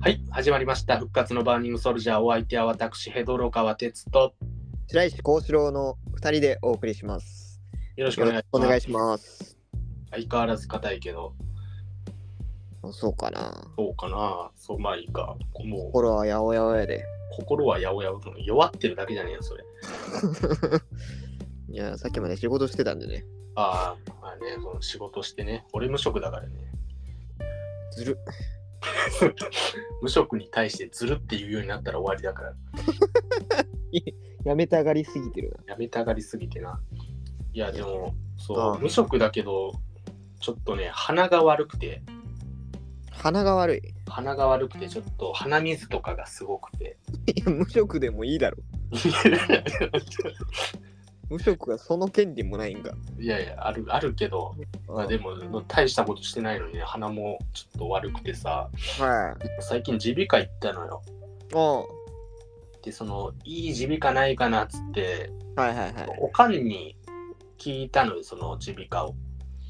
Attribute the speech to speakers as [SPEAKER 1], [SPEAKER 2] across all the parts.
[SPEAKER 1] はい、始まりました。復活のバーニングソルジャー。お相手は私、ヘドロ川哲と、
[SPEAKER 2] 白石幸四郎の二人でお送りします。
[SPEAKER 1] よろしく
[SPEAKER 2] よ
[SPEAKER 1] お
[SPEAKER 2] ろ
[SPEAKER 1] 願い
[SPEAKER 2] し
[SPEAKER 1] し
[SPEAKER 2] くお
[SPEAKER 1] ます。
[SPEAKER 2] 願いします。
[SPEAKER 1] 相変わらず硬いけど、
[SPEAKER 2] そうかな。
[SPEAKER 1] どうかなそう、まあいいか。もう、
[SPEAKER 2] 心はやおやおやで。
[SPEAKER 1] 心はやおやお弱ってるだけじゃねえよ、それ。
[SPEAKER 2] いや、さっきまで仕事してたんでね。
[SPEAKER 1] ああ、まあね、その仕事してね、俺無職だからね。
[SPEAKER 2] ずる。
[SPEAKER 1] 無職に対してずるっていうようになったら終わりだから、
[SPEAKER 2] やめたがりすぎてる
[SPEAKER 1] やめたがりすぎてな。いや、でも、
[SPEAKER 2] あ
[SPEAKER 1] そ
[SPEAKER 2] あ
[SPEAKER 1] う、無職だけど、ちょっとね、鼻が悪くて、
[SPEAKER 2] な。鼻が悪い。
[SPEAKER 1] 鼻が悪くて、ちょっと鼻水とかがすごく て。
[SPEAKER 2] いや、無職でもいいだろ。無職がその権利もないんか。
[SPEAKER 1] いやいや、あるあるけど、まあ、でも大したことしてないのにね、鼻もちょっと悪くてさ、
[SPEAKER 2] は
[SPEAKER 1] 最近耳鼻科行ったのよ。
[SPEAKER 2] い。お
[SPEAKER 1] で、その、いい耳鼻科ないかなっつって、
[SPEAKER 2] うんはいはいはい。
[SPEAKER 1] おかんに聞いたのよ、その耳鼻科を。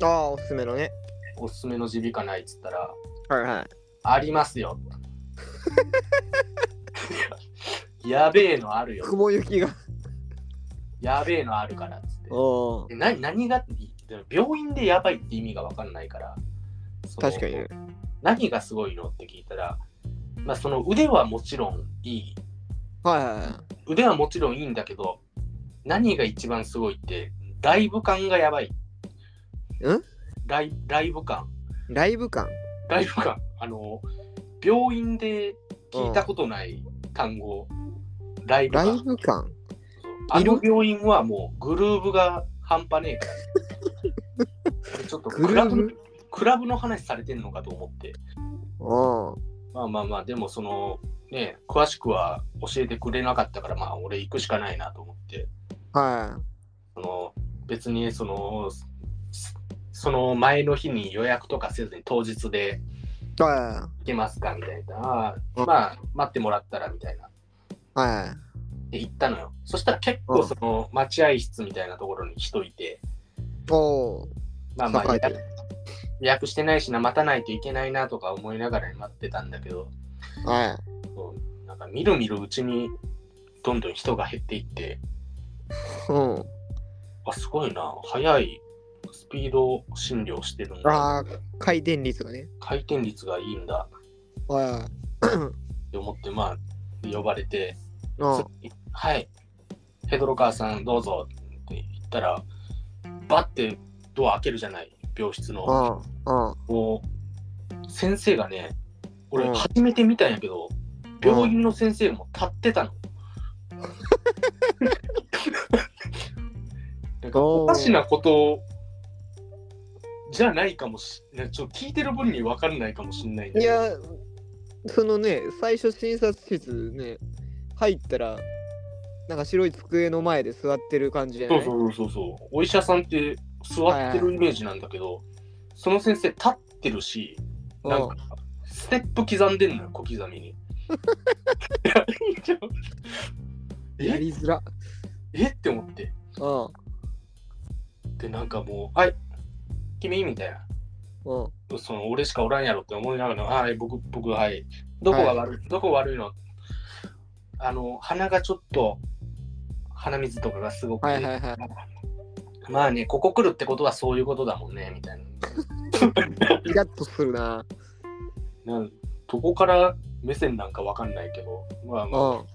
[SPEAKER 2] ああ、おすすめのね。
[SPEAKER 1] おすすめの耳鼻科ないっつったら、
[SPEAKER 2] はいはい。
[SPEAKER 1] あります よ。やべえのあるよ。
[SPEAKER 2] 雲行きが。
[SPEAKER 1] やべえのあるからっつって。
[SPEAKER 2] お
[SPEAKER 1] でな何が病院でやばいって意味が分かんないからその
[SPEAKER 2] 確かにね
[SPEAKER 1] 何がすごいのって聞いたら、まあ、その腕はもちろんいい
[SPEAKER 2] はいはいはい。
[SPEAKER 1] 腕はもちろんいいんだけど何が一番すごいってライブ感がやばい
[SPEAKER 2] ん
[SPEAKER 1] ライライブ感
[SPEAKER 2] ライブ感。
[SPEAKER 1] ライブ感あの病院で聞いたことない単語、ライブ
[SPEAKER 2] ライ
[SPEAKER 1] 感
[SPEAKER 2] ブ感。
[SPEAKER 1] あ
[SPEAKER 2] いる
[SPEAKER 1] の病院はもうグルーブが半端ねえから。ちょっとクラ
[SPEAKER 2] グ
[SPEAKER 1] ブ
[SPEAKER 2] ル
[SPEAKER 1] クラブの話されてんのかと思って。
[SPEAKER 2] おうん。
[SPEAKER 1] まあまあまあ、でもその、ね、詳しくは教えてくれなかったから、まあ俺行くしかないなと思って。
[SPEAKER 2] は
[SPEAKER 1] その別にその、すその前の日に予約とかせずに当日で
[SPEAKER 2] い。は
[SPEAKER 1] 行けますかみたいな。
[SPEAKER 2] うん
[SPEAKER 1] まあ、待ってもらったらみたいな。
[SPEAKER 2] い。はい。
[SPEAKER 1] で行ったのよ。そしたら結構その待合室みたいなところに人いて。
[SPEAKER 2] おう
[SPEAKER 1] まあまあ、予
[SPEAKER 2] 栄えて
[SPEAKER 1] 約
[SPEAKER 2] る
[SPEAKER 1] 予約してないしな、待たないといけないなとか思いながら待ってたんだけど、
[SPEAKER 2] は
[SPEAKER 1] そうなんかみるみるうちにどんどん人が減っていって、
[SPEAKER 2] い。うん。
[SPEAKER 1] あ、すごいな、早いスピード診療してるんだ
[SPEAKER 2] あ、ー回転率がね。
[SPEAKER 1] 回転率がいいんだ
[SPEAKER 2] は
[SPEAKER 1] って思って、まあ、呼ばれて、
[SPEAKER 2] い。うん。
[SPEAKER 1] 次はい、ヘドロ川さんどうぞって言ったら、バッてドア開けるじゃない、病室の。
[SPEAKER 2] うん。うん。
[SPEAKER 1] もう先生がね俺
[SPEAKER 2] うん
[SPEAKER 1] 初めて見たんやけど、病院の先生も立ってたの。なんかおかしなことじゃないかもしれないちょっと聞いてる分に分からないかもしれないんだ
[SPEAKER 2] い
[SPEAKER 1] けど
[SPEAKER 2] や、そのね、最初診察室ね、入ったら、なんか白い机の前で座ってる感じじゃ
[SPEAKER 1] そ
[SPEAKER 2] ないう
[SPEAKER 1] そうそうそうお医者さんって座ってるイメージなんだけど、その先生立ってるしなんかステップ刻んでんのよ小刻 みに。いやちょっと
[SPEAKER 2] うんやりづら。
[SPEAKER 1] えって思って。
[SPEAKER 2] うん。
[SPEAKER 1] で、なんかもう、はい、君みたいな。
[SPEAKER 2] うん。
[SPEAKER 1] その俺しかおらんやろって思いながら、はい、僕、僕、はい。どこが悪い、どこ悪いのあの、鼻がちょっと、鼻水とかがすごくて、
[SPEAKER 2] はいはいはい。
[SPEAKER 1] まあね、ここ来るってことはそういうことだもんね、みたい
[SPEAKER 2] イラッとするな。
[SPEAKER 1] な。なんどこから目線なんかわかんないけど、まあ
[SPEAKER 2] う
[SPEAKER 1] まあ、
[SPEAKER 2] ん。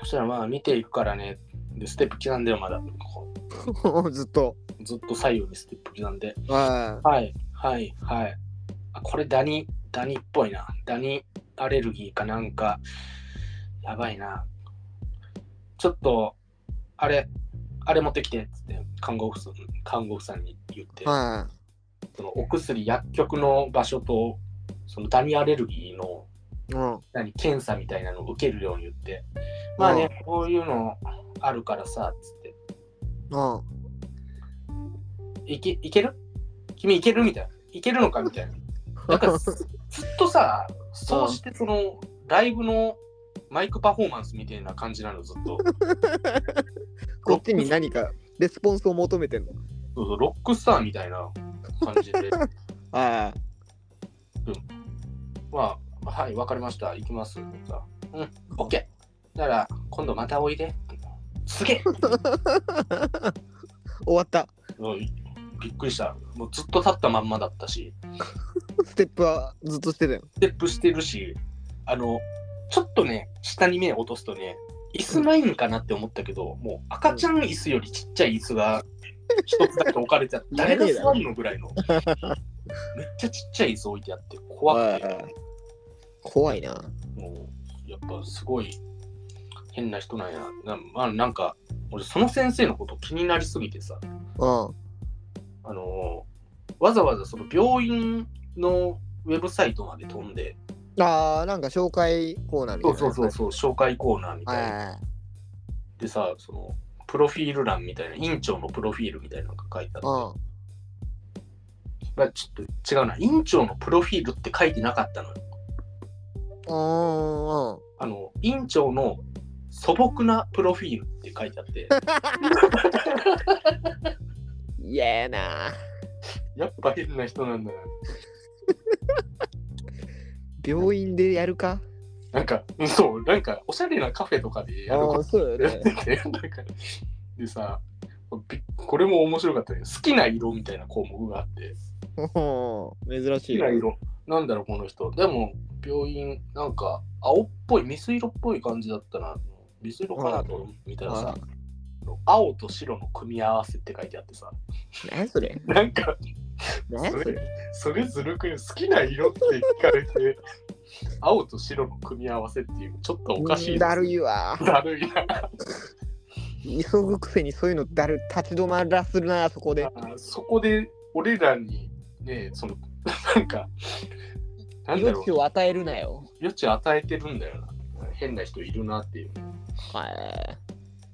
[SPEAKER 1] そしたらまあ見ていくからね、で、ステップ刻んでよ、まだ。こ
[SPEAKER 2] ずっと。
[SPEAKER 1] うずっと左右にステップ刻んで。
[SPEAKER 2] は
[SPEAKER 1] はいはいはい。あこれダニ、ダニっぽいな。ダニアレルギーかなんか、やばいな。ちょっと、あれ、あれ持ってきてっつって看護婦さん、看護婦さんに言って、
[SPEAKER 2] い。は
[SPEAKER 1] そのお薬、薬局の場所と、そのダニアレルギーの
[SPEAKER 2] い。うん。
[SPEAKER 1] 何検査みたいなのを受けるように言って、まあね、こういうのあるからさ、つって、
[SPEAKER 2] うん。
[SPEAKER 1] いけいける君いけるみたいな。いけるのかみた いな。なんかずずっとさ、そうしてそのライブのマイクパフォーマンスみたいな感じなの、ずっと。
[SPEAKER 2] こっちに何かレスポンスを求めてんの。
[SPEAKER 1] そうそうロックスターみたいな感じで。
[SPEAKER 2] ああ、
[SPEAKER 1] まあ、はい、わかりました。行きます。って言ったらうん、オッケー。なら、今度またおいで。すげえ、
[SPEAKER 2] 終わった。
[SPEAKER 1] うんびっくりした。もうずっと立ったまんまだったし、
[SPEAKER 2] ステップはずっとしてたよ。
[SPEAKER 1] ステップしてるし、あの、ちょっとね、下に目を落とすとね、椅子ないんかなって思ったけど、もう赤ちゃん椅子よりちっちゃい椅子が一つだけ置かれてあって、
[SPEAKER 2] いらね
[SPEAKER 1] 誰
[SPEAKER 2] え
[SPEAKER 1] が
[SPEAKER 2] だろ
[SPEAKER 1] 座るのぐらいの。めっちゃちっちゃい椅子置いてあって、怖くて。
[SPEAKER 2] 怖いな。
[SPEAKER 1] もうやっぱすごい変な人なんやな,、まあ、なんか俺その先生のこと気になりすぎてさ
[SPEAKER 2] うん。
[SPEAKER 1] あのーわざわざその病院のウェブサイトまで飛んで
[SPEAKER 2] ああ、なんか紹介コーナーみた
[SPEAKER 1] そ
[SPEAKER 2] いうな。
[SPEAKER 1] そうそうそう紹介コーナーみたいな、
[SPEAKER 2] は
[SPEAKER 1] でさそのプロフィール欄みたいな院長のプロフィールみたいなのが書いてあっ
[SPEAKER 2] い
[SPEAKER 1] て、
[SPEAKER 2] は
[SPEAKER 1] まあ、ちょっと違うな院長のプロフィールって書いてなかったのよ
[SPEAKER 2] い。うん。うん。うん。
[SPEAKER 1] あの院長の素朴なプロフィールって書いてあって
[SPEAKER 2] 嫌やな。
[SPEAKER 1] やっぱ変な人なんだな
[SPEAKER 2] 病院でやるか
[SPEAKER 1] なんか、うんそう、なんか、おしゃれなカフェとかでやる
[SPEAKER 2] あ
[SPEAKER 1] こ
[SPEAKER 2] あ、そうよ
[SPEAKER 1] とやって
[SPEAKER 2] ね。
[SPEAKER 1] て、 なんか、でさ、びこれも面白かったね。好きな色みたいな項目があって、
[SPEAKER 2] うん珍
[SPEAKER 1] 好
[SPEAKER 2] し
[SPEAKER 1] き
[SPEAKER 2] いよ
[SPEAKER 1] な。色、なんだろう、この人。でも、病院、なんか、青っぽい、水色っぽい感じだったな。水色かなと思ったらさ
[SPEAKER 2] あ、
[SPEAKER 1] 青と白の組み合わせって書いてあってさ、
[SPEAKER 2] 何それ
[SPEAKER 1] なんか、
[SPEAKER 2] 何
[SPEAKER 1] そ
[SPEAKER 2] そ
[SPEAKER 1] れ
[SPEAKER 2] れ
[SPEAKER 1] それずるくね好きな色って聞かれて、青と白の組み合わせっていう、ちょっとおかしい。
[SPEAKER 2] だるいわ。
[SPEAKER 1] だるいな。
[SPEAKER 2] 急ぐくせにそういうのだる立ち止まらするな、そこで。
[SPEAKER 1] あーそこで俺らにねそのなんかなんだろう
[SPEAKER 2] 余地を与えるなよ。
[SPEAKER 1] 余地与えてるんだよな変な人いるなっていうっ
[SPEAKER 2] は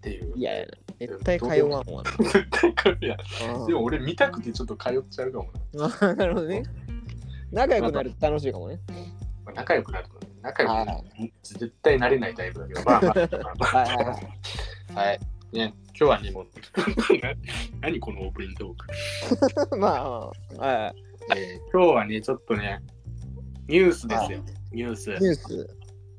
[SPEAKER 1] ていう
[SPEAKER 2] い。いややな、絶対通わんわ。
[SPEAKER 1] 絶対来るやん
[SPEAKER 2] うん
[SPEAKER 1] でも俺見たくてちょっと通っちゃうかもな、
[SPEAKER 2] あ なるほどね。仲良くなると楽しいかもね。
[SPEAKER 1] まあ仲良くなるとね仲良くなる絶対なれないタイプだけ どまあまあまあ
[SPEAKER 2] はいはいは
[SPEAKER 1] まあはいね今日はねもう 何このオープニングトーク、
[SPEAKER 2] まあ、は
[SPEAKER 1] えー今日はねちょっとねニュースですよニュース
[SPEAKER 2] い。ニュース。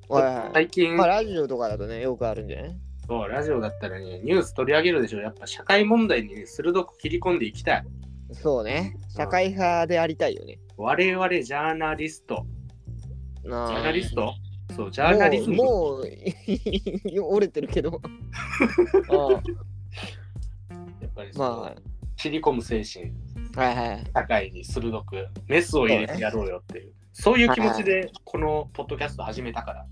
[SPEAKER 2] はいはい。
[SPEAKER 1] 最近
[SPEAKER 2] まあ、ラジオとかだとね、よくあるんじゃない
[SPEAKER 1] そう、ラジオだったらね、ニュース取り上げるでしょ。やっぱ社会問題に、ね、鋭く切り込んでいきたい。
[SPEAKER 2] そうね。社会派でありたいよね。
[SPEAKER 1] 我々ジャーナリスト。
[SPEAKER 2] な
[SPEAKER 1] ジャ
[SPEAKER 2] あ
[SPEAKER 1] ーナリストそう、ジャーナリズム。
[SPEAKER 2] もう、もう 折れてるけど。あ
[SPEAKER 1] やっぱり
[SPEAKER 2] あま
[SPEAKER 1] 切り込む精神、
[SPEAKER 2] あ、はいはい。
[SPEAKER 1] 社会に鋭くメスを入れてやろうよっていう。そういう気持ちで、このポッドキャスト始めたから。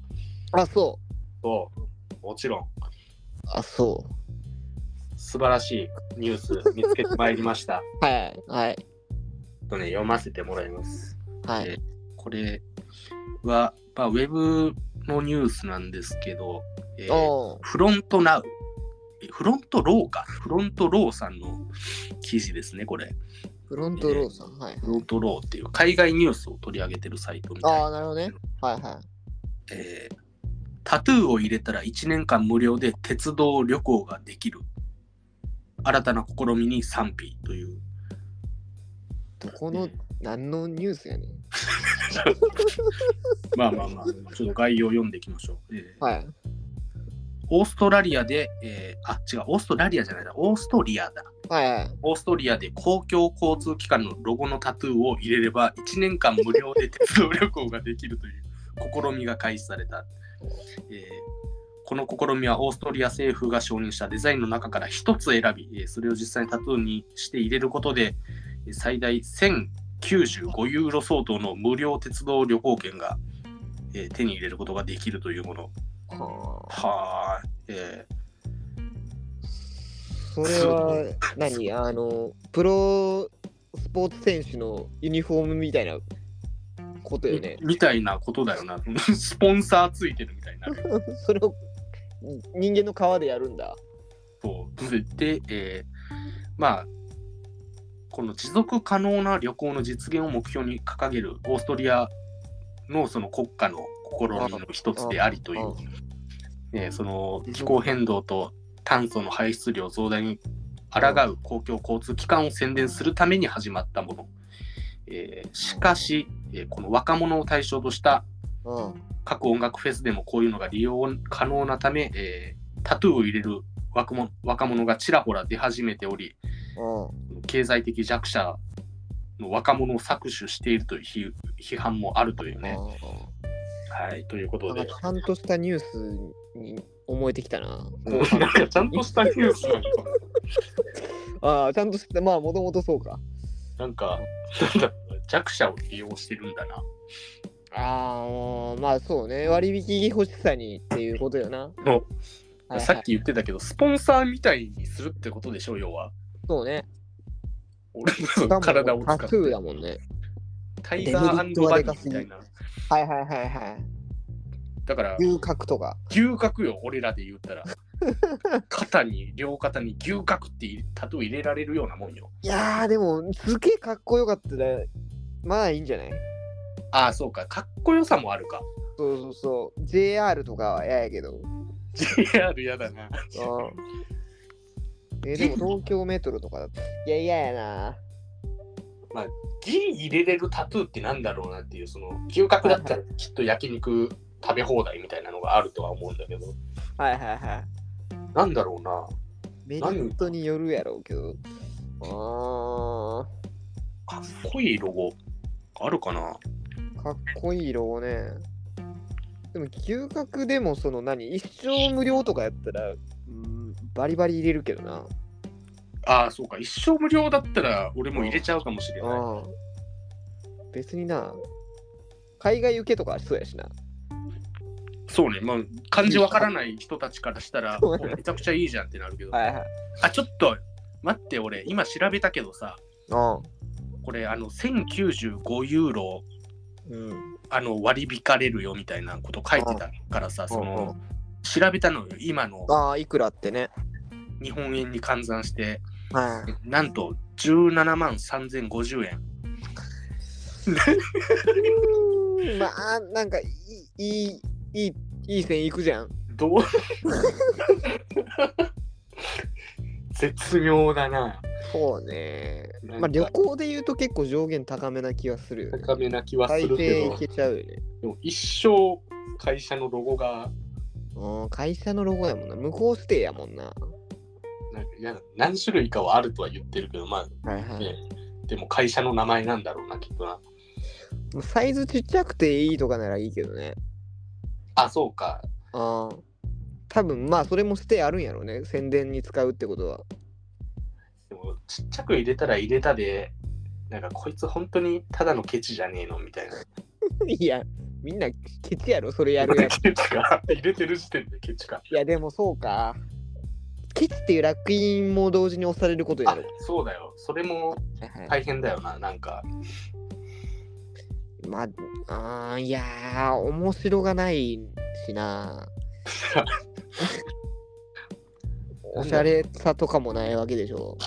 [SPEAKER 2] あ、そう。
[SPEAKER 1] そう、もちろん、
[SPEAKER 2] あ、そ
[SPEAKER 1] 素晴らしいニュース見つけてまいりました。
[SPEAKER 2] う。はいはい。
[SPEAKER 1] ちょっとね、読ませてもらいます。
[SPEAKER 2] は
[SPEAKER 1] え
[SPEAKER 2] い。
[SPEAKER 1] これは、まあ、ウェブのニュースなんですけど、えー
[SPEAKER 2] おう
[SPEAKER 1] フロントナウ。えフロントローか。フロントローさんの記事ですね、これ。
[SPEAKER 2] フロントローさん。はい。
[SPEAKER 1] フロントローっていう海外ニュースを取り上げてるサイトみたい
[SPEAKER 2] あ
[SPEAKER 1] な。
[SPEAKER 2] あ、なるほどね。はいはい。
[SPEAKER 1] えータトゥーを入れたら1年間無料で鉄道旅行ができる。新たな試みに賛否という。
[SPEAKER 2] どこの、何のニュースやねん。
[SPEAKER 1] まあまあまあ、ちょっと概要を読んでいきましょう。えー
[SPEAKER 2] はい。
[SPEAKER 1] オーストラリアで、えーあ、違う、オーストラリアじゃないな、オーストリアだ。
[SPEAKER 2] はいはい。
[SPEAKER 1] オーストリアで公共交通機関のロゴのタトゥーを入れれば1年間無料で鉄道旅行ができるという試みが開始された、えーこの試みはオーストリア政府が承認したデザインの中から1つ選び、えーそれを実際にタトゥーにして入れることでえー最大1095ユーロ相当の無料鉄道旅行券が、えー手に入れることができるというもの
[SPEAKER 2] はあ
[SPEAKER 1] はーい、え
[SPEAKER 2] それは何あのプロスポーツ選手のユニフォームみたいなことよ
[SPEAKER 1] ー
[SPEAKER 2] ね
[SPEAKER 1] みたいなことだよな スポンサーついてるみたいになる
[SPEAKER 2] それを人間の皮でやるんだ
[SPEAKER 1] そうで、えーまあこの持続可能な旅行の実現を目標に掲げるオーストリアのその国家の試みの一つでありというね、その気候変動と炭素の排出量増大に抗う公共交通機関を宣伝するために始まったもの。えーしかし、えーこの若者を対象とした
[SPEAKER 2] うん。
[SPEAKER 1] 各音楽フェスでもこういうのが利用可能なため、えータトゥーを入れる若者若者がちらほら出始めており、
[SPEAKER 2] うん。
[SPEAKER 1] 経済的弱者の若者を搾取しているという批批判もあるというね。はい、ということ
[SPEAKER 2] なん
[SPEAKER 1] で
[SPEAKER 2] か、ちゃんとしたニュースに思えてきたな。
[SPEAKER 1] もうなんかちゃんとしたニュースなんか、
[SPEAKER 2] ああ、ちゃんとした、まあ、もともとそうか。
[SPEAKER 1] なんか、なんだろうな弱者を利用してるんだな。
[SPEAKER 2] ああ、まあそうね。割引欲しさにっていうことよな。
[SPEAKER 1] も
[SPEAKER 2] はいはい
[SPEAKER 1] さっき言ってたけど、スポンサーみたいにするってことでしょ、要は。
[SPEAKER 2] そうね。
[SPEAKER 1] 俺
[SPEAKER 2] し
[SPEAKER 1] の
[SPEAKER 2] かも
[SPEAKER 1] 体を使っ
[SPEAKER 2] タ
[SPEAKER 1] て
[SPEAKER 2] ト。ゥーだもんね。
[SPEAKER 1] タイガーバディみたいな。
[SPEAKER 2] はいはいはいは
[SPEAKER 1] だから
[SPEAKER 2] い。、牛角とか。
[SPEAKER 1] 牛角よ、俺らで言 ったら。肩に、両肩に牛角って入れタトゥー入れられるようなもんよ。
[SPEAKER 2] いやー、でも、すげえかっこよかったら、まあいいんじゃない
[SPEAKER 1] ああ、そうか。かっこよさもあるか。
[SPEAKER 2] そうそうそう。JR とかは嫌やけど。
[SPEAKER 1] JR やだな。
[SPEAKER 2] うんえーでも東京メトロとかだと。いや、嫌やな。
[SPEAKER 1] ギリ入れれるタトゥーってなんだろうなっていう、その、牛角だったらきっと焼肉食べ放題みたいなのがあるとは思うんだけど、
[SPEAKER 2] はいはいはい。
[SPEAKER 1] なんだろうな。
[SPEAKER 2] メリットによるやろうけど。あ
[SPEAKER 1] かっこいいロゴあるかな
[SPEAKER 2] ー、かっこいいロゴね。でも、嗅覚でもその何一生無料とかやったら、うん、バリバリ入れるけどな。
[SPEAKER 1] ああそうか一生無料だったら俺も入れちゃうかもしれない、
[SPEAKER 2] うん。別にな。海外受けとかありそうやしな。
[SPEAKER 1] そうねまあ漢字わからない人たちからしたら
[SPEAKER 2] そう
[SPEAKER 1] おめちゃくちゃいいじゃんってなるけど、
[SPEAKER 2] はいはい。
[SPEAKER 1] あちょっと待って俺今調べたけどさこれあの1095ユーロ
[SPEAKER 2] うん。
[SPEAKER 1] あの割り引かれるよみたいなこと書いてたからさその調べたのよ今の
[SPEAKER 2] ああ、いくらってね。
[SPEAKER 1] 日本円に換算して
[SPEAKER 2] は
[SPEAKER 1] なんと17万3050円
[SPEAKER 2] い。まあ、なんかいい、いい、いい、いい線いくじゃん。
[SPEAKER 1] どう 絶妙だな。
[SPEAKER 2] そうね。
[SPEAKER 1] なん
[SPEAKER 2] まあ、
[SPEAKER 1] か
[SPEAKER 2] 旅行で言うと結構上限高めな気がするよね。
[SPEAKER 1] 高めな気はす
[SPEAKER 2] 最
[SPEAKER 1] るけ
[SPEAKER 2] 低
[SPEAKER 1] ど
[SPEAKER 2] い、けちゃうよね。
[SPEAKER 1] でも一生会社のロゴが
[SPEAKER 2] うん、会社のロゴやもんな。向こうステイやもんな。
[SPEAKER 1] なんかいや何種類かはあるとは言ってるけど、ま
[SPEAKER 2] はい
[SPEAKER 1] あ
[SPEAKER 2] は
[SPEAKER 1] ね、でも会社の名前なんだろうな、きっとな。
[SPEAKER 2] い。サイズちっちゃくていいとかならいいけどね。
[SPEAKER 1] あ、そうか。
[SPEAKER 2] ああ。多分まあそれもステイあるんやろうね。宣伝に使うってことは。
[SPEAKER 1] でもちっちゃく入れたら入れたで、なんかこいつ本当にただのケチじゃねえのみたいな。
[SPEAKER 2] いや、みんなケチやろ、それやる やつ。
[SPEAKER 1] ケチか。 入れてる時点でケチか。
[SPEAKER 2] いや、でもそうか。ケチっていう楽印も同時に押されることや
[SPEAKER 1] あ
[SPEAKER 2] ろ。、
[SPEAKER 1] そうだよ。それも
[SPEAKER 2] はいはい
[SPEAKER 1] 大変だよな、なんか。
[SPEAKER 2] まあ、あーいやー、面白がないし な。おしゃれさとかもないわけでしょ。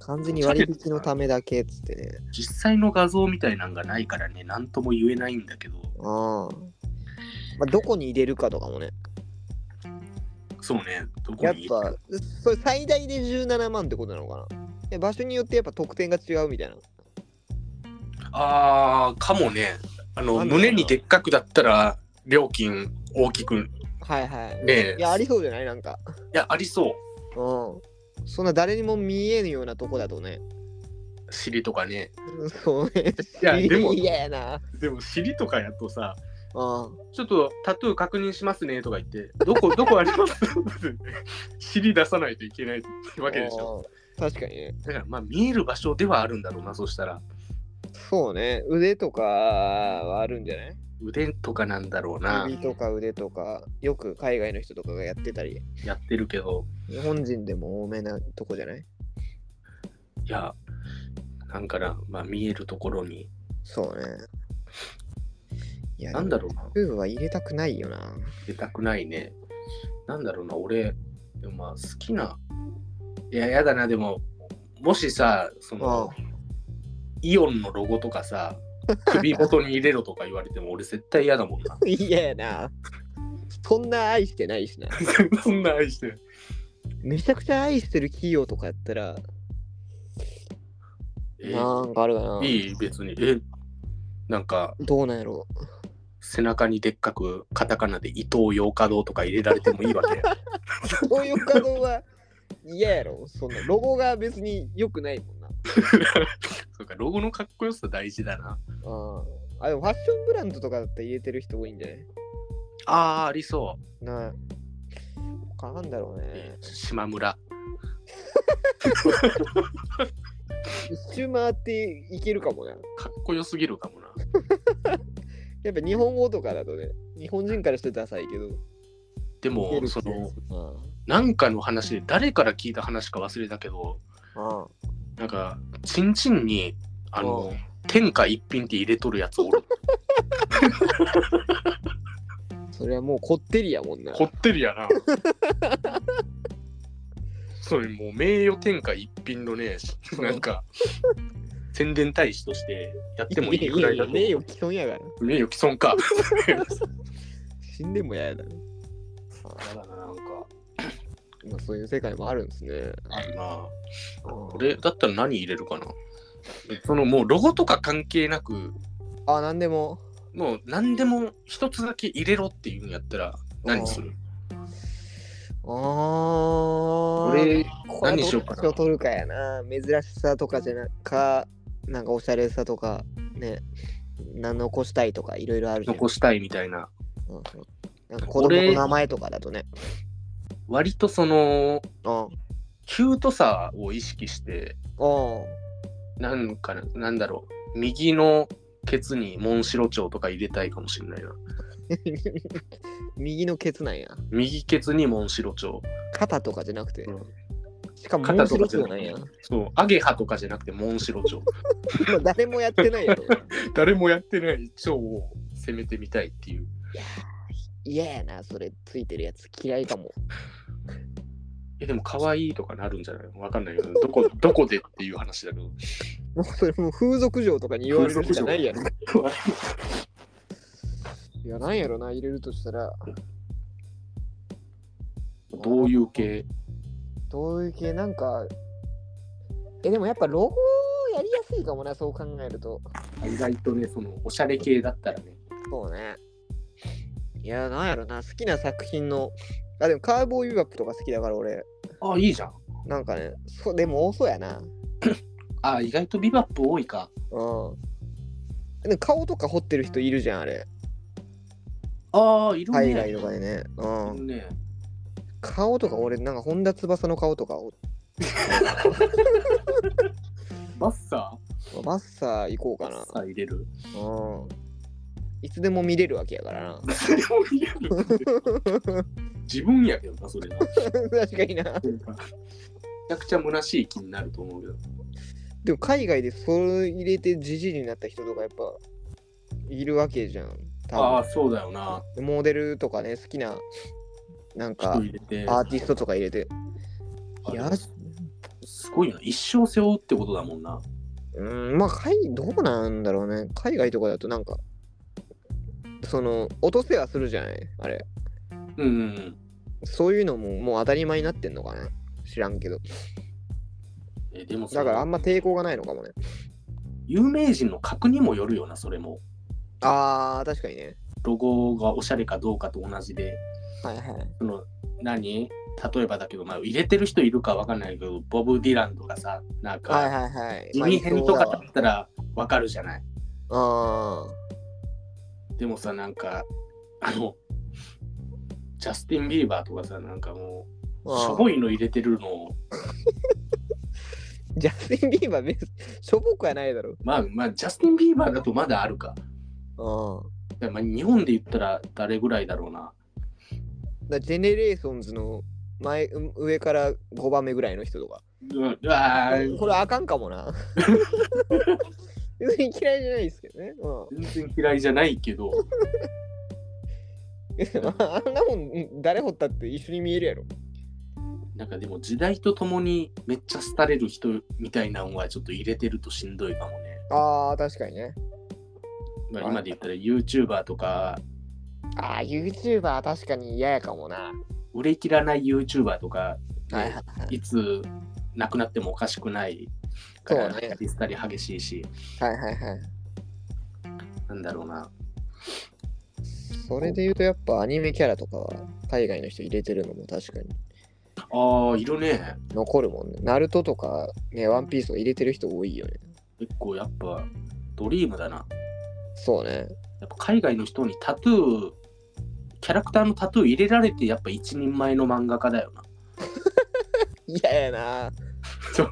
[SPEAKER 2] 完全に割引のためだけっつってね。
[SPEAKER 1] 実際の画像みたいなんがないからね、なんとも言えないんだけど、
[SPEAKER 2] うん。まあ、どこに入れるかとかもね。
[SPEAKER 1] そうね、どこ
[SPEAKER 2] やっ
[SPEAKER 1] に
[SPEAKER 2] ぱ、それ最大で17万ってことなのかなえ場所によってやっぱ得点が違うみたいな。
[SPEAKER 1] あー、かもね、あの
[SPEAKER 2] なんだろうな
[SPEAKER 1] 胸にでっかくだったら、料金大きく
[SPEAKER 2] はいはい。
[SPEAKER 1] ね
[SPEAKER 2] いや、ありそうじゃないなんか。
[SPEAKER 1] いや、ありそう。
[SPEAKER 2] うん。そんな誰にも見えぬようなとこだとね。
[SPEAKER 1] 尻とかね。
[SPEAKER 2] うんそうね。
[SPEAKER 1] いや、でも、
[SPEAKER 2] 嫌やな。
[SPEAKER 1] でも尻とかやとさ、
[SPEAKER 2] うん。
[SPEAKER 1] ちょっとタトゥー確認しますねとか言って、どこ、 どこあります尻出さないといけないわけでしょ。
[SPEAKER 2] うん確かにね。
[SPEAKER 1] だから、まあ、見える場所ではあるんだろうな、そしたら。
[SPEAKER 2] そうね。腕とかはあるんじゃない
[SPEAKER 1] 腕とかなんだろうな、
[SPEAKER 2] 首とか腕とか、よく海外の人とかがやってたり、
[SPEAKER 1] やってるけど。
[SPEAKER 2] 日本人でも多めなとこじゃない
[SPEAKER 1] いや、なんかな、まあ、見えるところに、
[SPEAKER 2] そうね。いや、
[SPEAKER 1] なんだろうな、
[SPEAKER 2] でも。夫婦は入れたくない よな。
[SPEAKER 1] 出たくないね。なんだろうな、俺、でもまあ、好きな、いや、やだな、でも、もしさ、その、イオンのロゴとか さ、首元に入れろとか言われても、俺絶対嫌だもんな。
[SPEAKER 2] 嫌やな。そんな愛してないしな。
[SPEAKER 1] そんな愛してる。
[SPEAKER 2] めちゃくちゃ愛してる企業とかやったら、
[SPEAKER 1] え
[SPEAKER 2] なんかあるかな。
[SPEAKER 1] いい別に。えなんか
[SPEAKER 2] どうなんやろ
[SPEAKER 1] 背中にでっかくカタカナで伊藤洋華堂とか入れられてもいいわけ。
[SPEAKER 2] う。そういう稼働は嫌やろ。そんなロゴが別に良くないもんな。
[SPEAKER 1] そうか、ロゴのかっこよさ大事だな。
[SPEAKER 2] ああ。あ、でもファッションブランドとかだったら入れてる人多いんじゃない
[SPEAKER 1] ああー、ありそ
[SPEAKER 2] なあ。他なんだろう
[SPEAKER 1] う。
[SPEAKER 2] ね。
[SPEAKER 1] 島村。
[SPEAKER 2] 一周回っていけるかもな。
[SPEAKER 1] かっこよすぎるかもな。
[SPEAKER 2] やっぱ日本語とかだとね、日本人からしてダサいけど。
[SPEAKER 1] でも
[SPEAKER 2] いけ、る
[SPEAKER 1] その、
[SPEAKER 2] うん
[SPEAKER 1] なんかの話で、誰から聞いた話か忘れたけど、
[SPEAKER 2] あ
[SPEAKER 1] なんか、チンチンに、あ
[SPEAKER 2] う
[SPEAKER 1] の
[SPEAKER 2] ん、
[SPEAKER 1] 天下一品って入れとるやつお る。
[SPEAKER 2] あそれはもうこってりやもんな。
[SPEAKER 1] こってりやな。それもう名誉天下一品のね、なんか、宣伝大使としてやってもいいぐらいだと
[SPEAKER 2] ややや名誉毀損やから。
[SPEAKER 1] 名誉毀損か。
[SPEAKER 2] 死んでも嫌だな。
[SPEAKER 1] だな、なんか。
[SPEAKER 2] まあ、そういう世界もあるんですね。
[SPEAKER 1] あるな。こ
[SPEAKER 2] こ
[SPEAKER 1] れだったら何入れるかなそのもうロゴとか関係なく、
[SPEAKER 2] あ、なんでも。
[SPEAKER 1] もう何でも一つだけ入れろっていうんやったら何する
[SPEAKER 2] ああ。
[SPEAKER 1] 俺
[SPEAKER 2] これ
[SPEAKER 1] 何しようかな
[SPEAKER 2] どっちを取るかやな。珍しさとかじゃなか、なんかおしゃれさとか、ね。な残したいとかいろいろあるじゃん。
[SPEAKER 1] 残したいみたいな。
[SPEAKER 2] うんうんなんか子供の名前とかだとね。
[SPEAKER 1] 割とその、
[SPEAKER 2] うん。
[SPEAKER 1] キュートさを意識して、
[SPEAKER 2] うん。
[SPEAKER 1] なんかな、なんだろう、右のケツにモンシロチョウとか入れたいかもしれないな。
[SPEAKER 2] 右のケツなんや。
[SPEAKER 1] 右ケツにモンシロチョウ。
[SPEAKER 2] 肩とかじゃなくて
[SPEAKER 1] う。ん
[SPEAKER 2] しかも、
[SPEAKER 1] 肩
[SPEAKER 2] 面
[SPEAKER 1] とか
[SPEAKER 2] 白
[SPEAKER 1] じゃ
[SPEAKER 2] そう
[SPEAKER 1] な
[SPEAKER 2] なん
[SPEAKER 1] くて
[SPEAKER 2] や。
[SPEAKER 1] そう、アゲハとかじゃなくてモンシロチョウ。
[SPEAKER 2] まあ誰もやってないやろ。
[SPEAKER 1] 誰もやってないチョウを攻めてみたいっていう。
[SPEAKER 2] 嫌やな、それついてるやつ嫌いかも。
[SPEAKER 1] え、でも可愛いとかなるんじゃないのわかんないけど、ど こ、どこでっていう話だけど。
[SPEAKER 2] もうそれもう風俗嬢とかに言われるんじゃないやろ。いや、なんやろな、入れるとしたら、
[SPEAKER 1] どういう系
[SPEAKER 2] どういう系、なんか、え、でもやっぱロゴやりやすいかもな、そう考えると。
[SPEAKER 1] 意外とね、その、おしゃれ系だったらね。
[SPEAKER 2] そうね。いや、なんやろな、好きな作品の、あ、でもカーボーイビバップとか好きだから俺、
[SPEAKER 1] あ、いいじゃん。
[SPEAKER 2] なんかね、そうでも多そうやな。
[SPEAKER 1] あ、意外とビバップ多いか。
[SPEAKER 2] うん。でも顔とか彫ってる人いるじゃん、あれ。
[SPEAKER 1] ああ、いるね。
[SPEAKER 2] 海外とかでね。うん
[SPEAKER 1] い。るね。
[SPEAKER 2] 顔とか俺なんか本田翼の顔とかお
[SPEAKER 1] バッサ
[SPEAKER 2] バッサー行こう
[SPEAKER 1] ー
[SPEAKER 2] か
[SPEAKER 1] バッサー入れ る。
[SPEAKER 2] なうんいつでも見れるわけやからな
[SPEAKER 1] それも入れる。自分やけどな、それな。
[SPEAKER 2] 確かにな
[SPEAKER 1] めちゃくちゃ虚しい気になると思うけど。
[SPEAKER 2] でも海外でそれ入れてじじいになった人とかやっぱいるわけじゃん
[SPEAKER 1] あ
[SPEAKER 2] 多
[SPEAKER 1] あ、そうだよな。
[SPEAKER 2] 分モデルとかね好きななん
[SPEAKER 1] 人
[SPEAKER 2] か
[SPEAKER 1] 入れて。
[SPEAKER 2] アーティストとか入れて
[SPEAKER 1] あ
[SPEAKER 2] いや
[SPEAKER 1] すごいな。一生背負うってことだもんな。
[SPEAKER 2] うんまあ海どうなんだろうね海外とかだとなんかその落とせはするじゃないあれ
[SPEAKER 1] うんうん。
[SPEAKER 2] そういうのももう当たり前になってんのかな知らんけど
[SPEAKER 1] えでもさ
[SPEAKER 2] だからあんま抵抗がないのかもね
[SPEAKER 1] 有名人の格にもよるよな、それも。
[SPEAKER 2] あー確かにね
[SPEAKER 1] ロゴがおしゃれかどうかと同じで、
[SPEAKER 2] はいはい
[SPEAKER 1] その何例えばだけど、まあ、入れてる人いるかわかんないけど、ボブ・ディランとかさ、なん
[SPEAKER 2] はい
[SPEAKER 1] か、
[SPEAKER 2] はいはい。
[SPEAKER 1] 地味編とか
[SPEAKER 2] ま
[SPEAKER 1] だったらわかるじゃない。
[SPEAKER 2] あ
[SPEAKER 1] でもさ、なんか、あの、ジャスティン・ビーバーとかさ、なんかも
[SPEAKER 2] ー
[SPEAKER 1] う、
[SPEAKER 2] あ。
[SPEAKER 1] しょ
[SPEAKER 2] い。
[SPEAKER 1] ぼいの入れてるのを、
[SPEAKER 2] ジャスティン・ビーバーめ、しょぼくはないだろ。
[SPEAKER 1] まあ、まあ、ジャスティン・ビーバーだとまだあるか。
[SPEAKER 2] あ
[SPEAKER 1] でまあ、日本で言ったら誰ぐらいだろうな。
[SPEAKER 2] あ。だジェネレーションズの前、う上から5番目ぐらいの人とか。
[SPEAKER 1] うん、うわー
[SPEAKER 2] これあかんかもな。別に嫌いじゃないですけどね。う
[SPEAKER 1] 全然嫌いじゃないけど、
[SPEAKER 2] ん。 あんなもん、誰掘ったって一緒に見えるやろ。
[SPEAKER 1] なんかでも時代とともにめっちゃ廃れる人みたいなのはちょっと入れてるとしんどいかもね。
[SPEAKER 2] ああ、確かにね。
[SPEAKER 1] まあ、
[SPEAKER 2] はい
[SPEAKER 1] 今で言ったら YouTuber とか
[SPEAKER 2] ああ、YouTuber 確かに嫌やかもな。
[SPEAKER 1] 売れ切らない YouTuber とか、ね、
[SPEAKER 2] はいはい
[SPEAKER 1] つ亡くなってもおかしくないから、
[SPEAKER 2] そうね
[SPEAKER 1] ディスタリ激しいし、
[SPEAKER 2] はいはいはい。
[SPEAKER 1] なんだろうな。
[SPEAKER 2] それで言うとやっぱアニメキャラとかは海外の人入れてるのも確かに
[SPEAKER 1] ああ、いるね。
[SPEAKER 2] 残るもんね。ナルトとかね、ワンピースとか入れてる人多いよね。
[SPEAKER 1] 結構やっぱドリームだな。
[SPEAKER 2] そうね。
[SPEAKER 1] やっぱ海外の人にタトゥー、キャラクターのタトゥー入れられてやっぱ一人前の漫画家だよな。
[SPEAKER 2] 嫌やな。
[SPEAKER 1] そう。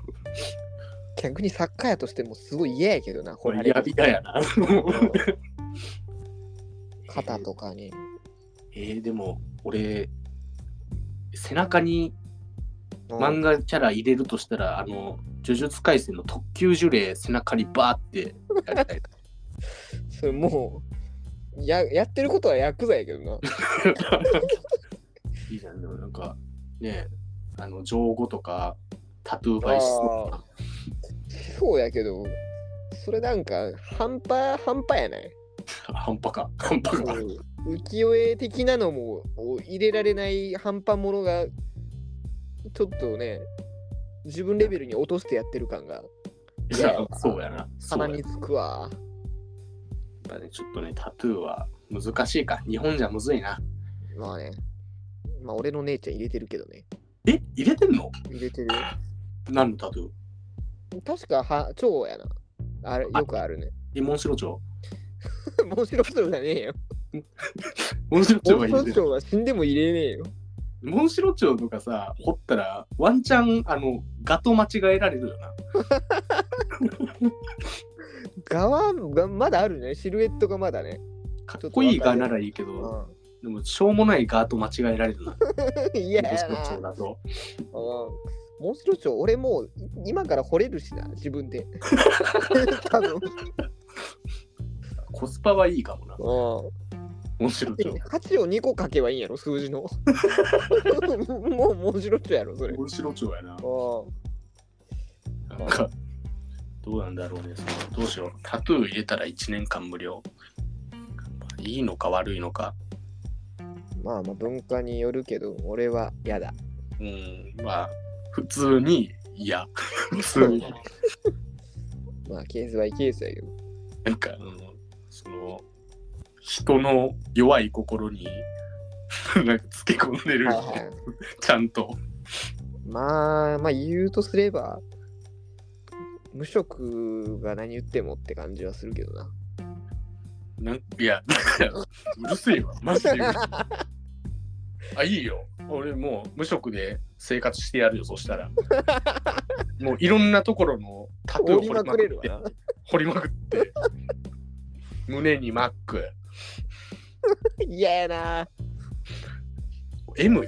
[SPEAKER 2] 逆に作家やとしてもすごい嫌やけどな。
[SPEAKER 1] これ
[SPEAKER 2] あれ
[SPEAKER 1] やびだやな。
[SPEAKER 2] 肩とかに。
[SPEAKER 1] えー、でも俺、背中に
[SPEAKER 2] う
[SPEAKER 1] 漫
[SPEAKER 2] ん
[SPEAKER 1] 画キャラ入れるとしたら、あの、呪術廻戦の特級呪霊背中にバーってやりたい。
[SPEAKER 2] それもうや、やってることはヤクザやけどな。
[SPEAKER 1] いいじゃん、でもなんか、ねあの、情語とか、タトゥーバイス
[SPEAKER 2] あそうやけど、それなんか半端、半端やない。
[SPEAKER 1] 半端か、半端か。
[SPEAKER 2] うん浮世絵的なのもお入れられない半端ものがちょっとね自分レベルに落としてやってる感が
[SPEAKER 1] いや、そうやな。そう
[SPEAKER 2] 鼻
[SPEAKER 1] やな
[SPEAKER 2] につくわ
[SPEAKER 1] やっぱね、ちょっとね、タトゥーは難しいか。日本じゃむずいな。
[SPEAKER 2] まあねまあ俺の姉ちゃん入れてるけどね
[SPEAKER 1] え、入れてんの
[SPEAKER 2] 入れてる
[SPEAKER 1] 何のタトゥー
[SPEAKER 2] 確かは蝶やなあれよくあるね
[SPEAKER 1] え、モンシロチョウ
[SPEAKER 2] モンシロチョウじゃねえよ
[SPEAKER 1] モンシロチョウが
[SPEAKER 2] モン
[SPEAKER 1] 入
[SPEAKER 2] シロ
[SPEAKER 1] れて
[SPEAKER 2] チ
[SPEAKER 1] る。
[SPEAKER 2] ョウは死んでも入れねえよ
[SPEAKER 1] モンシロチョウとかさ、掘ったら、ワンチャン、あの、ガと間違えられるよな。
[SPEAKER 2] 側がまだあるねシルエットがまだね
[SPEAKER 1] かっこいいガならいいけど、
[SPEAKER 2] う
[SPEAKER 1] でも、しょうもないガと間違えられるな。
[SPEAKER 2] ん嫌
[SPEAKER 1] モンシ
[SPEAKER 2] や
[SPEAKER 1] ロチョウ
[SPEAKER 2] な
[SPEAKER 1] だと。
[SPEAKER 2] うんモンシロチョウ、俺もう今から惚れるしな、自分 で。多分
[SPEAKER 1] コスパはいいかもな、
[SPEAKER 2] う
[SPEAKER 1] モンシロチョウ
[SPEAKER 2] ん。。8を2個書けばいいんやろ、数字の。 もうモンシロチョウやろ、それ。
[SPEAKER 1] モンシロチョウやな。
[SPEAKER 2] う
[SPEAKER 1] なんか、どうなんだろうね。そのどうしよう。タトゥー入れたら1年間無料。いいのか悪いのか。
[SPEAKER 2] んまあまあ文化によるけど、俺は嫌だ。
[SPEAKER 1] うん、まあ、普通に嫌。普通に。
[SPEAKER 2] まあケースバイケースやけど。
[SPEAKER 1] なんか、うん、その、人の弱い心に、なんかつけ込んでる、
[SPEAKER 2] はいはい
[SPEAKER 1] ちゃんと。
[SPEAKER 2] まあまあ言うとすれば、無職が何言ってもって感じはするけどな。
[SPEAKER 1] なんいや、 だからうるせえわ。マジでうるせえ。あ、いいよ。俺もう無職で生活してやるよ、そしたら。もういろんなところのタトゥー
[SPEAKER 2] 折
[SPEAKER 1] を
[SPEAKER 2] り
[SPEAKER 1] 掘
[SPEAKER 2] ま
[SPEAKER 1] りま
[SPEAKER 2] く
[SPEAKER 1] く
[SPEAKER 2] れ
[SPEAKER 1] っ
[SPEAKER 2] るわ
[SPEAKER 1] て
[SPEAKER 2] な。
[SPEAKER 1] 掘りまくって。胸にマック。
[SPEAKER 2] 嫌やな。
[SPEAKER 1] M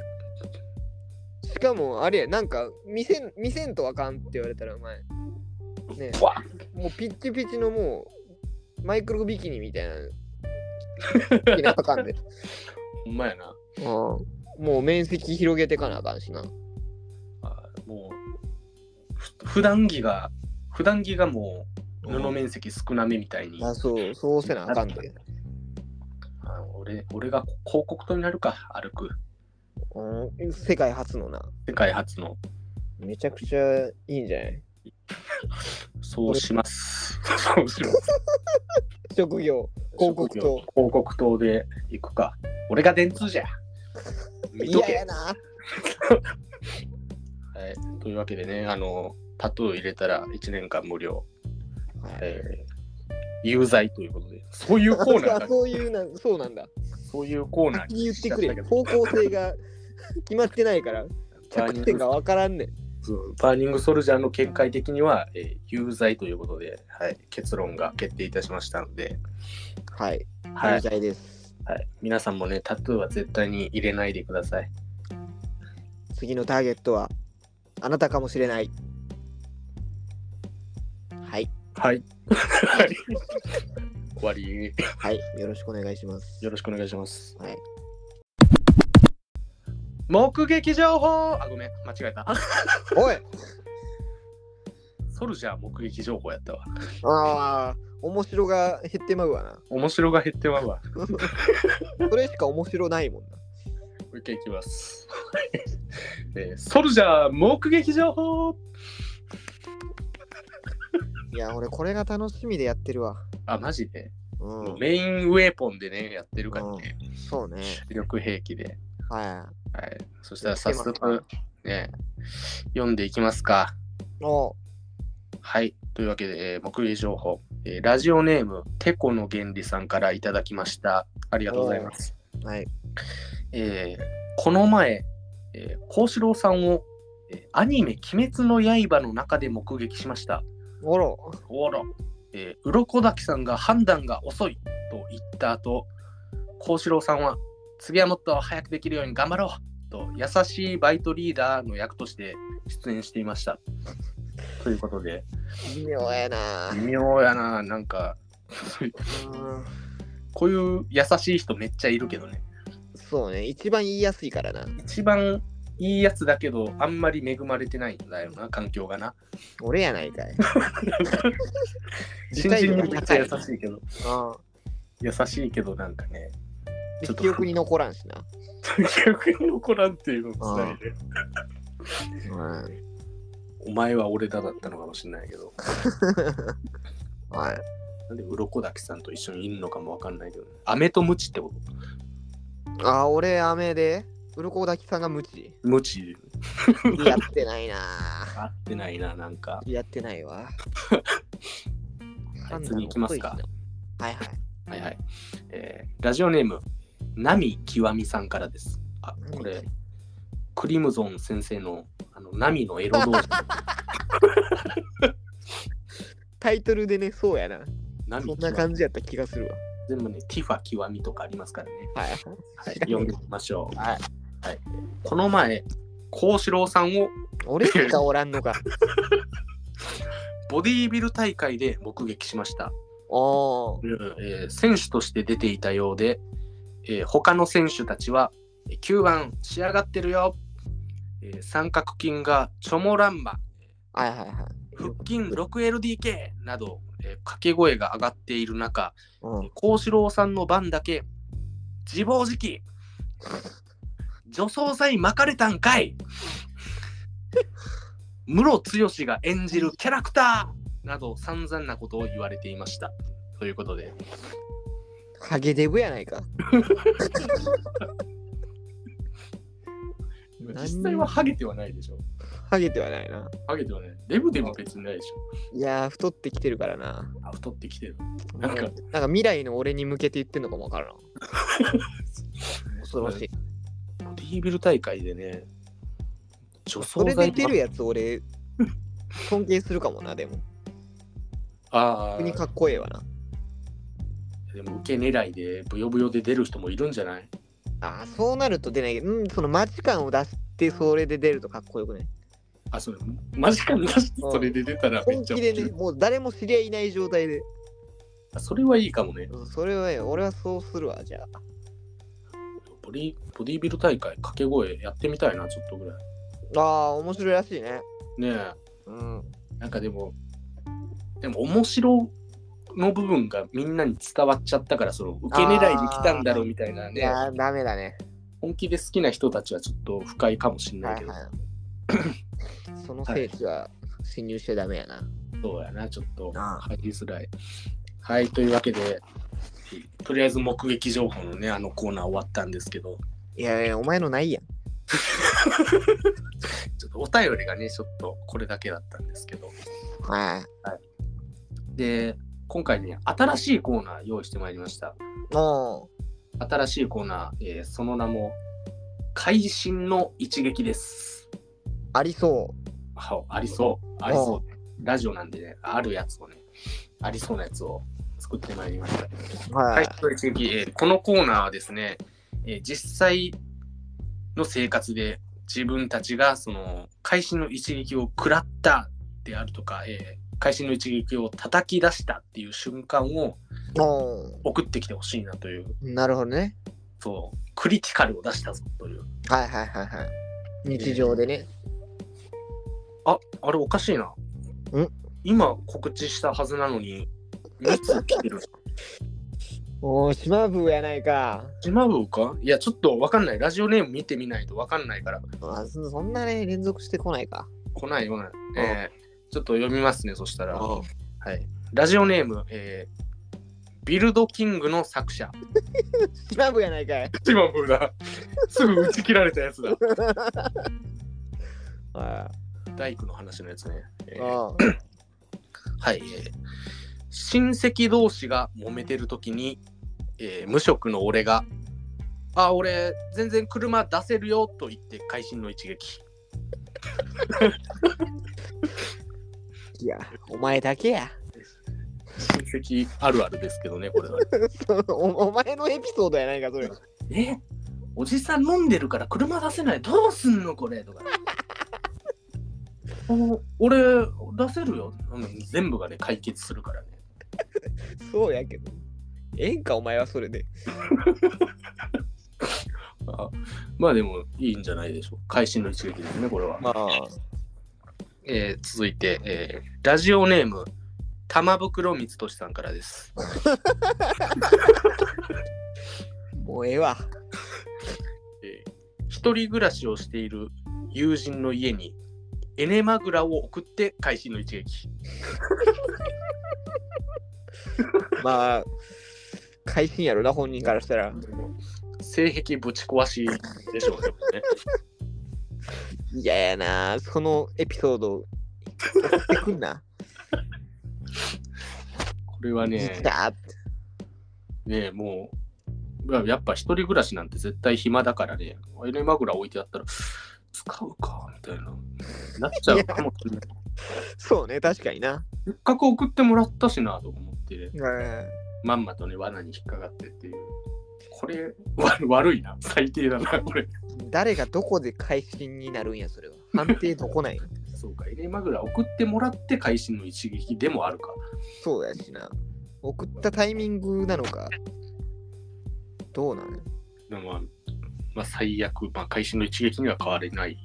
[SPEAKER 2] しかもあれやなんか見せん見せんとあかんって言われたらお前ね
[SPEAKER 1] うわ
[SPEAKER 2] もうピッチピチのもうマイクロビキニみたい な着なあかんで、
[SPEAKER 1] ほんまやな。
[SPEAKER 2] うん、もう面積広げてかなあかんしな
[SPEAKER 1] あもうふ普段着が普段着がもう布面積少なめみたいに、
[SPEAKER 2] あそうそうせなあかんで
[SPEAKER 1] あ俺俺が広告塔になるか歩く
[SPEAKER 2] うん世界初のな
[SPEAKER 1] 世界初の
[SPEAKER 2] めちゃくちゃいいんじゃない
[SPEAKER 1] そうします そうします
[SPEAKER 2] 職業広告塔
[SPEAKER 1] 職業広告塔で行くか俺が電通じゃ見と
[SPEAKER 2] 嫌
[SPEAKER 1] け
[SPEAKER 2] やな
[SPEAKER 1] はい、というわけでねあのタトゥー入れたら1年間無料、えー有罪ということでそういうコーナーだ
[SPEAKER 2] そう いうなそうなんだ
[SPEAKER 1] そういうコーナー
[SPEAKER 2] 言ってく
[SPEAKER 1] しちゃ
[SPEAKER 2] れ
[SPEAKER 1] ったけど
[SPEAKER 2] 方向性が 決まってないから着点がわからんねん
[SPEAKER 1] そうバーニングソルジャーの見解的には、えー有罪ということで、はい、結論が決定いたしましたので、
[SPEAKER 2] はい
[SPEAKER 1] はい
[SPEAKER 2] 有罪です
[SPEAKER 1] はい、皆さんもねタトゥーは絶対に入れないでください
[SPEAKER 2] 次のターゲットはあなたかもしれない。はい、
[SPEAKER 1] はい終わり
[SPEAKER 2] はい、よろしくお願いします。
[SPEAKER 1] よろしくお願いします
[SPEAKER 2] はい、
[SPEAKER 1] 目撃情報あごめん間違えた
[SPEAKER 2] おい
[SPEAKER 1] ソルジャー目撃情報やったわ
[SPEAKER 2] ああ、面白が減ってまうわな。
[SPEAKER 1] 面白が減ってまうわ。
[SPEAKER 2] それしか面白ないもんな。
[SPEAKER 1] もう一回いきます。 えーソルジャー目撃情報
[SPEAKER 2] いや、俺これが楽しみでやってるわ。
[SPEAKER 1] あ、マジで、
[SPEAKER 2] う
[SPEAKER 1] も
[SPEAKER 2] ん
[SPEAKER 1] う。メインウェポンでね、やってるからね。
[SPEAKER 2] そうね。
[SPEAKER 1] 出力兵器で。
[SPEAKER 2] は
[SPEAKER 1] はい。そしたら
[SPEAKER 2] 来て
[SPEAKER 1] 早
[SPEAKER 2] ますか
[SPEAKER 1] 速、ね、読んでいきますか。
[SPEAKER 2] い。お
[SPEAKER 1] はい。というわけで、えー目撃情報、えーラジオネーム、てこの原理さんからいただきました。ありがとうございます。
[SPEAKER 2] はい。
[SPEAKER 1] えーこの前、えー、幸四郎さんを、えーアニメ、鬼滅の刃の中で目撃しました。
[SPEAKER 2] おろ。
[SPEAKER 1] おら、えー、鱗滝さんが判断が遅いと言った後、幸四郎さんは、次はもっと早くできるように頑張ろうと、優しいバイトリーダーの役として出演していました。ということで、
[SPEAKER 2] 微妙やな。
[SPEAKER 1] 微妙やな、なんか、
[SPEAKER 2] うん
[SPEAKER 1] こういう優しい人めっちゃいるけどね。
[SPEAKER 2] そうね。一番言いやすいからな。
[SPEAKER 1] 一番いいやつだけど、あんまり恵まれてないんだよな、環境がな。
[SPEAKER 2] 俺やないかい。
[SPEAKER 1] 新人にめっちゃ優しいけど、
[SPEAKER 2] うん。
[SPEAKER 1] 優しいけどなんかね、ちょ
[SPEAKER 2] で
[SPEAKER 1] っと
[SPEAKER 2] 記憶に残らんしな。
[SPEAKER 1] 逆に残らんっていうのも辛いね。
[SPEAKER 2] はい。
[SPEAKER 1] お前は俺だだったのかもしれないけど、
[SPEAKER 2] はい。
[SPEAKER 1] なんで鱗滝さんと一緒にいるのかもわかんないけど、ね、飴とムチってこと
[SPEAKER 2] あ、俺、雨で、鱗滝さんが無知。
[SPEAKER 1] ムチ
[SPEAKER 2] やってないな。
[SPEAKER 1] 合ってないな、なんか。
[SPEAKER 2] やってない わ。
[SPEAKER 1] はい次行きますか。
[SPEAKER 2] はいはい。
[SPEAKER 1] はいはい。えーラジオネーム、ナミ極みさんからです。あ、これ、クリムゾン先生の、あの、ナミのエロ 同士、
[SPEAKER 2] タイトルでね、そうやな。
[SPEAKER 1] ナミ
[SPEAKER 2] そん
[SPEAKER 1] 極
[SPEAKER 2] な
[SPEAKER 1] み
[SPEAKER 2] 感じやった気がする
[SPEAKER 1] 全部ね、ティファ極みとかありますからね。
[SPEAKER 2] わ。はい。
[SPEAKER 1] はい、
[SPEAKER 2] 知らんけど
[SPEAKER 1] 読んでいきましょう。
[SPEAKER 2] はい。
[SPEAKER 1] はい、この前、幸四郎さんを
[SPEAKER 2] 俺しかおらんのか。
[SPEAKER 1] ボディービル大会で目撃しました。
[SPEAKER 2] おー。
[SPEAKER 1] うんえー選手として出ていたようで、えー他の選手たちはえー9番仕上がってるよ、えー三角筋がチョモランマ
[SPEAKER 2] はいはいはい。
[SPEAKER 1] 腹筋 6LDK など、えー掛け声が上がっている中
[SPEAKER 2] うん。
[SPEAKER 1] 幸四郎さんの番だけ自暴自棄女装さん巻かれたんかいムロツヨシが演じるキャラクターなど散々なことを言われていましたということで
[SPEAKER 2] ハゲデブやないか。
[SPEAKER 1] 実際はハゲてはないでしょ。
[SPEAKER 2] ハゲてはないな。
[SPEAKER 1] ハゲてはない。デブでも別にないでし
[SPEAKER 2] いやー、太ってきてるからな。
[SPEAKER 1] ょ。あ、太ってきてる。なんか
[SPEAKER 2] なんか未来の俺に向けて言ってんのかもわからん。恐ろしい。
[SPEAKER 1] ボディービル大会でね、女装
[SPEAKER 2] それで
[SPEAKER 1] 剤
[SPEAKER 2] 出るやつ俺、尊敬するかもな、でも。
[SPEAKER 1] ああ
[SPEAKER 2] 逆、にかっこええわな。
[SPEAKER 1] でも受け狙いで、ブヨブヨで出る人もいるんじゃない
[SPEAKER 2] ああ、そうなると出ないけど、うん、そのマジ感を出して、それで出るとかっこよくね。
[SPEAKER 1] あ、そう、マジかなしてそれで出たらめっ
[SPEAKER 2] 本
[SPEAKER 1] ちゃ
[SPEAKER 2] 気でね、もう誰も知り合いいない状態で。
[SPEAKER 1] あそれはいいかもね。
[SPEAKER 2] うんそれはね、俺はそうするわ、じゃあ。
[SPEAKER 1] ボディボディービル大会、掛け声やってみたいな、ちょっとぐらい。
[SPEAKER 2] ああ、面白いらしいね。
[SPEAKER 1] ねえ、
[SPEAKER 2] うん。
[SPEAKER 1] なんかでも、でも面白の部分がみんなに伝わっちゃったから、その受け狙いで来たんだろうみたいないね。
[SPEAKER 2] やー、ダメだね。
[SPEAKER 1] 本気で好きな人たちはちょっと不快かもしれ
[SPEAKER 2] は
[SPEAKER 1] ない
[SPEAKER 2] い
[SPEAKER 1] けど、
[SPEAKER 2] はい。 その聖地は侵入しちゃダメやな。
[SPEAKER 1] そうやな、ちょっと
[SPEAKER 2] ああ
[SPEAKER 1] 入りづらい。はい、というわけで、とりあえず目撃情報のね、あのコーナー終わったんですけど、
[SPEAKER 2] いやいや、お前のないやん。
[SPEAKER 1] ちょっとお便りがね、ちょっとこれだけだったんですけど、
[SPEAKER 2] はい。
[SPEAKER 1] で、今回ね、新しいコーナー用意してまいりました。
[SPEAKER 2] お
[SPEAKER 1] 新しいコーナー、えーその名も、会心の一撃です。
[SPEAKER 2] ーありそう。
[SPEAKER 1] あありそう、ありそう。ラジオなんでね、あるやつをね、ありそうなやつを作ってまいりました。
[SPEAKER 2] は
[SPEAKER 1] はいい、。それ次、えーこのコーナーはですね、えー実際の生活で自分たちがその会心の一撃を食らったであるとか、えー、会心の一撃を叩き出したっていう瞬間を
[SPEAKER 2] おー
[SPEAKER 1] 送ってきてほしいなという、
[SPEAKER 2] なるほどね。
[SPEAKER 1] そう、クリティカルを出したぞという。
[SPEAKER 2] はいはいはいはい。日常でね。
[SPEAKER 1] あ、あれおかしいな。
[SPEAKER 2] ん
[SPEAKER 1] 今告知したはずなのに、いつ来てる
[SPEAKER 2] おー、島風やないか。
[SPEAKER 1] 島風かいや、ちょっとわかんない。ラジオネーム見てみないとわかんないから。
[SPEAKER 2] あそそんなね、連続してこないか。
[SPEAKER 1] 来ないような。えーちょっと読みますね、そしたら。
[SPEAKER 2] あ
[SPEAKER 1] はい、ラジオネーム、えービルドキングの作者。
[SPEAKER 2] 島風やないかい。
[SPEAKER 1] 島風だ。 すぐ打ち切られたやつだ。
[SPEAKER 2] は
[SPEAKER 1] 大工の話のやつね。え
[SPEAKER 2] い。
[SPEAKER 1] ー
[SPEAKER 2] あ
[SPEAKER 1] はい、えー親戚同士が揉めてる時に、えー無職の俺が「あ俺全然車出せるよ」と言って会心の一撃
[SPEAKER 2] いや、お前だけや。
[SPEAKER 1] 親戚あるあるですけどねこれは
[SPEAKER 2] そうおお前のエピソードやないか、それ。
[SPEAKER 1] えおじさん飲んでるから車出せないどうすんのこれとか あの俺出せるようん全部がね解決するからね
[SPEAKER 2] そうやけど。ええんか、お前はそれで。
[SPEAKER 1] あまあでもいいんじゃないでしょう会心の一撃ですねこれは
[SPEAKER 2] まあ。
[SPEAKER 1] えー続いて、えーラジオネーム玉袋光俊さんからです
[SPEAKER 2] もうええわ。
[SPEAKER 1] えー一人暮らしをしている友人の家にエネマグラを送って会心の一撃
[SPEAKER 2] まあ、会心やろな、本人からしたら。
[SPEAKER 1] 性癖ぶち壊しでしょうね
[SPEAKER 2] いややな、そのエピソード、送ってく んな。
[SPEAKER 1] これはね
[SPEAKER 2] 来たって
[SPEAKER 1] ねもうまあやっぱ一人暮らしなんて絶対暇だからねエネマグラ置いてあったら使うかみたいななっちゃうかもしれない
[SPEAKER 2] そうね、確かにな。
[SPEAKER 1] せっかく送ってもらったしなと思って、
[SPEAKER 2] うん
[SPEAKER 1] まんまとね、罠に引っかかってっていう。これ、わ悪いな。最低だな、これ。
[SPEAKER 2] 誰がどこで会心になるんや、それは。判定どこない
[SPEAKER 1] そうか、エレマグラ送ってもらって会心の一撃でもあるか。
[SPEAKER 2] そうやしな。送ったタイミングなのか。どうなの
[SPEAKER 1] でもまあ、まあ、最悪、まあ、会心の一撃には変われない。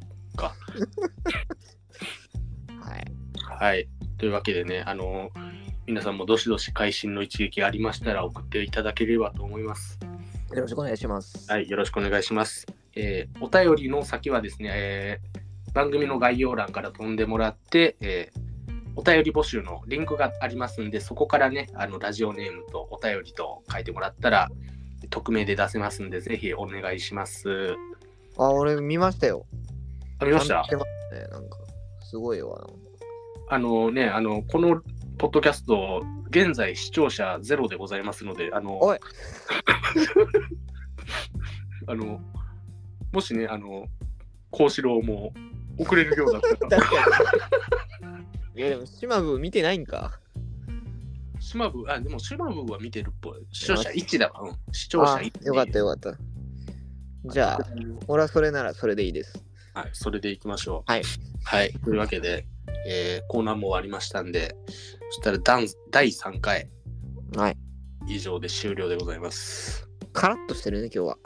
[SPEAKER 2] はい。
[SPEAKER 1] はい。というわけでね、あの皆さんもどしどし会心の一撃ありましたら送っていただければと思います。
[SPEAKER 2] よろしくお願いします。
[SPEAKER 1] はい、よろしくお願いします。えーお便りの先はですね、えー番組の概要欄から飛んでもらって、えーお便り募集のリンクがありますんで、そこからね、あのラジオネームとお便りと書いてもらったら、匿名で出せますんで、ぜひお願いします。
[SPEAKER 2] あ、俺見ましたよ。
[SPEAKER 1] あ見ました
[SPEAKER 2] ちゃんと見てますね、なんか。すごいわ。
[SPEAKER 1] あのね、あの、このポッドキャスト、現在視聴者ゼロでございますので、あの、
[SPEAKER 2] おい
[SPEAKER 1] あの、もしね、あの、幸四郎も遅れるようだったら、
[SPEAKER 2] 確か に。いや、でも、島部見てないんか。
[SPEAKER 1] 島部、あ、でも島部は見てるっぽい。視聴者1だわ。うん、視聴者
[SPEAKER 2] あ
[SPEAKER 1] 1。
[SPEAKER 2] よかったよかった。じゃあ、俺はそれならそれでいいです。
[SPEAKER 1] はい、それでいきましょう。
[SPEAKER 2] はい。
[SPEAKER 1] はい、というわけで、えーコーナーも終わりましたんで、そしたらだん第3回
[SPEAKER 2] はい。
[SPEAKER 1] 以上で終了でございます。
[SPEAKER 2] カラッとしてるね、今日は。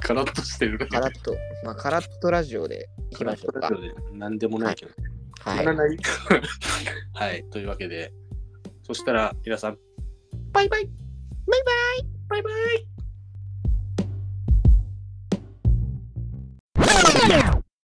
[SPEAKER 1] カラッとしてるね。
[SPEAKER 2] カラッと。まあ、カラッとラジオでいきましょうか。
[SPEAKER 1] 何でもないけど。
[SPEAKER 2] は
[SPEAKER 1] や
[SPEAKER 2] い
[SPEAKER 1] ら。ない はい、というわけで、そしたら皆さん、バイバイバイバイバイバイ